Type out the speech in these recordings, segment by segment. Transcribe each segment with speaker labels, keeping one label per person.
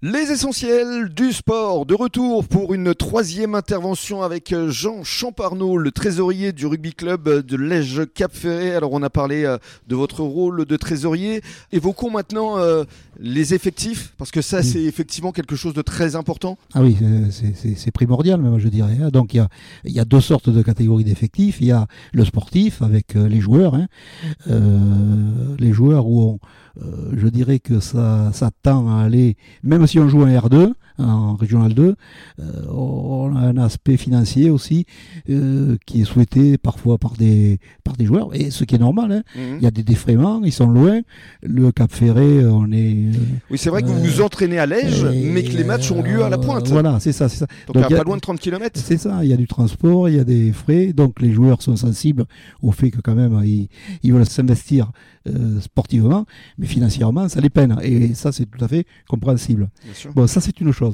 Speaker 1: Les essentiels du sport de retour pour une troisième intervention avec euh, Jean Champarneau, le trésorier du rugby club de Lège Cap Ferré. Alors on a parlé euh, de votre rôle de trésorier. Évoquons maintenant euh, les effectifs parce que ça
Speaker 2: Oui.
Speaker 1: c'est effectivement quelque chose de très important.
Speaker 2: Ah oui, euh, c'est- c'est c'est primordial même, je dirais. hein. Donc il y a, il y a deux sortes de catégories d'effectifs. Il y a le sportif avec euh, les joueurs. hein. Euh, les joueurs où on, euh, je dirais que ça, ça tend à aller, même si on joue en R2, en Régional 2, euh, on a un aspect financier aussi euh, qui est souhaité parfois par des, par des joueurs, et ce qui est normal. hein.
Speaker 1: Mhm.
Speaker 2: Il y a des défraiements, ils sont loin. Le Cap Ferré, on est... euh,
Speaker 1: Oui c'est vrai que vous vous entraînez à Lège
Speaker 2: euh,
Speaker 1: mais que les matchs ont lieu à la pointe.
Speaker 2: Voilà, c'est ça, c'est ça.
Speaker 1: Donc,
Speaker 2: Donc,
Speaker 1: à
Speaker 2: il y a-
Speaker 1: pas loin de 30 km.
Speaker 2: C'est ça, il y a du transport, il y a des frais, donc les joueurs sont sensibles au fait que quand même ils, ils veulent s'investir euh, sportivement, mais financièrement ça les peine, et ça c'est tout à fait compréhensible.
Speaker 1: Bien sûr.
Speaker 2: Bon, ça c'est une chose.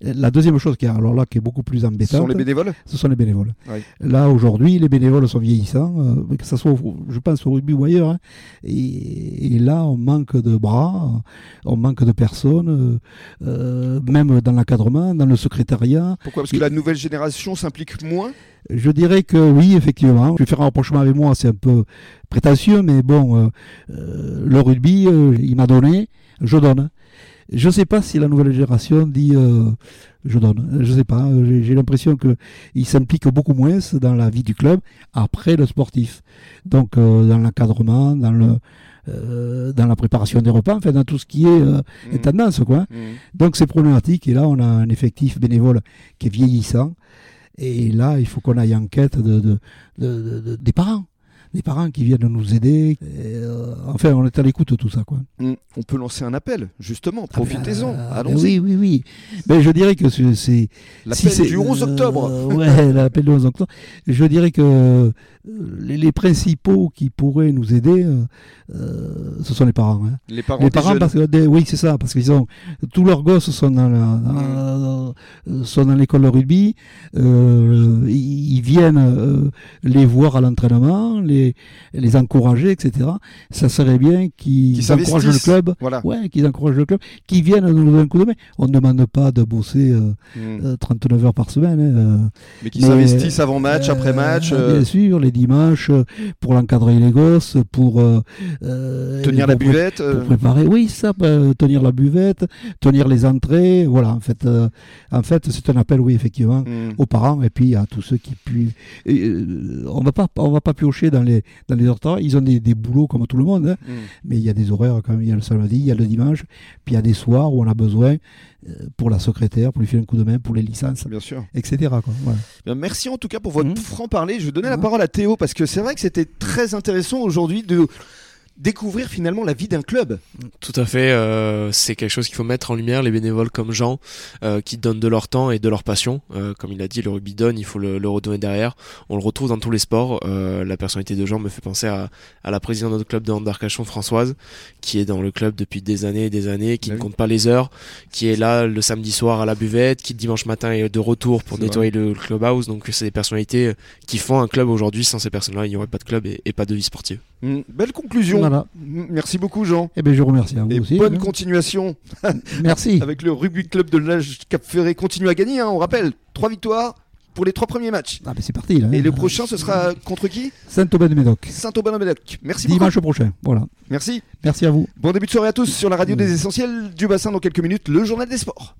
Speaker 2: La deuxième chose qui est, alors là, qui est beaucoup plus
Speaker 1: Ce
Speaker 2: embêtante,
Speaker 1: sont les bénévoles.
Speaker 2: ce sont les bénévoles.
Speaker 1: Oui.
Speaker 2: Là, aujourd'hui, les bénévoles sont vieillissants, euh, que ce soit, au- je pense, au rugby ou ailleurs. hein. Et, et là, on manque de bras, on manque de personnes, euh, euh, même dans l'encadrement, dans le secrétariat.
Speaker 1: Pourquoi Parce que la nouvelle génération s'implique moins.
Speaker 2: Je dirais que oui, effectivement. Je vais faire un rapprochement avec moi, c'est un peu prétentieux, mais bon, euh, euh, le rugby, euh, il m'a donné, je donne. Je ne sais pas si la nouvelle génération dit euh, je donne. Je ne sais pas. Euh, J'ai j'ai l'impression qu'ils s'impliquent beaucoup moins dans la vie du club après le sportif. Donc euh, dans l'encadrement, dans le euh, dans la préparation des repas, enfin dans tout ce qui est euh,
Speaker 1: Mhm.
Speaker 2: tendance, quoi.
Speaker 1: Mhm.
Speaker 2: Donc c'est problématique et là on a un effectif bénévole qui est vieillissant et là il faut qu'on aille en quête de, de- de- de- de- des parents, des parents qui viennent nous aider. Et, euh, enfin on est à l'écoute de tout ça quoi.
Speaker 1: Mhm. On peut lancer un appel justement. Profitez-en.
Speaker 2: Ah, ben,
Speaker 1: Allons-y.
Speaker 2: oui oui oui. Mais je dirais que c'est- c'est si
Speaker 1: L'appel
Speaker 2: c'est-
Speaker 1: du 11 octobre.
Speaker 2: euh, ouais, l'appel du 11 octobre. Je dirais que euh, les, les principaux qui pourraient nous aider, euh, euh, ce sont les parents. hein.
Speaker 1: Les parents,
Speaker 2: Les
Speaker 1: des
Speaker 2: parents,
Speaker 1: jeunes.
Speaker 2: parce que des- oui, c'est ça, parce qu'ils ont tous leurs gosses sont dans la,
Speaker 1: Mm.
Speaker 2: dans- euh, sont dans l'école de rugby. euh, ils ils viennent euh, les voir à l'entraînement, les les encourager, etc. Ça serait bien qu'ils
Speaker 1: Qu'ils
Speaker 2: encouragent le
Speaker 1: s'investissent. Ah.
Speaker 2: club.
Speaker 1: Voilà.
Speaker 2: Ouais, qu'ils encouragent le club, qu'ils viennent nous donner un coup de main. On ne demande pas de bosser euh,
Speaker 1: Mhm.
Speaker 2: euh, 39 heures par semaine. hein, euh,
Speaker 1: Mais qui
Speaker 2: Mais,
Speaker 1: s'investissent avant match,
Speaker 2: euh,
Speaker 1: après match. euh,
Speaker 2: Bien sûr, les dimanches, euh, pour l'encadrer les gosses, pour euh, euh,
Speaker 1: tenir la
Speaker 2: pour-
Speaker 1: buvette. euh,
Speaker 2: pour préparer, oui, ça, euh, tenir la buvette, tenir les entrées, voilà, en fait, euh, en fait, c'est un appel, oui, effectivement,
Speaker 1: hmm.
Speaker 2: aux parents et puis à tous ceux qui puissent. euh, on va pas, on va pas piocher dans les dans les heures travail. Ils ont des, des boulots comme tout le monde, hein,
Speaker 1: Hmm.
Speaker 2: mais il y a des horaires quand même. Il y a le samedi, il y a le dimanche, puis il y a des soirs où on a besoin euh, pour la secrétaire, pour lui filer un coup de main, pour les licences,
Speaker 1: Bien sûr.
Speaker 2: etc. Quoi, voilà.
Speaker 1: Bien, merci en tout cas pour votre
Speaker 2: Mhm.
Speaker 1: franc-parler. Je vais donner la
Speaker 2: Ouais.
Speaker 1: parole à Théo parce que c'est vrai que c'était très intéressant aujourd'hui de découvrir finalement la vie d'un club.
Speaker 3: Tout à fait, euh, c'est quelque chose qu'il faut mettre en lumière, les bénévoles comme Jean, euh, qui donnent de leur temps et de leur passion. Euh, comme il a dit, le rugby donne, il faut le, le redonner derrière. On le retrouve dans tous les sports. Euh, la personnalité de Jean me fait penser à, à la présidente de notre club de hand d'Arcachon, Françoise, qui est dans le club depuis des années et des années, qui
Speaker 1: Ah
Speaker 3: ne
Speaker 1: oui.
Speaker 3: compte pas les heures, qui est là le samedi soir à la buvette, qui dimanche matin est de retour pour
Speaker 1: C'est
Speaker 3: nettoyer le, le clubhouse. Donc c'est des personnalités qui font un club aujourd'hui. Sans ces personnes-là, il n'y aurait pas de club et- et pas de vie sportive.
Speaker 1: Hmm. Belle conclusion.
Speaker 2: Voilà.
Speaker 1: Hmm. Merci beaucoup Jean.
Speaker 2: Eh bien, je vous remercie à vous
Speaker 1: Et
Speaker 2: aussi.
Speaker 1: bonne
Speaker 2: hein.
Speaker 1: continuation
Speaker 2: Merci.
Speaker 1: avec le rugby club de l'âge Cap Ferré. Continue à gagner, hein, on rappelle. Trois victoires pour les trois premiers matchs.
Speaker 2: Ah, mais c'est parti là.
Speaker 1: Et
Speaker 2: hein.
Speaker 1: le prochain, ce sera contre qui
Speaker 2: Saint-Aubin-de-Médoc.
Speaker 1: Saint-Aubin-de-Médoc. Merci beaucoup.
Speaker 2: Dimanche prochain. Voilà.
Speaker 1: Merci.
Speaker 2: Merci à vous.
Speaker 1: Bon début de soirée à tous sur la radio des essentiels du bassin dans quelques minutes, le journal des sports.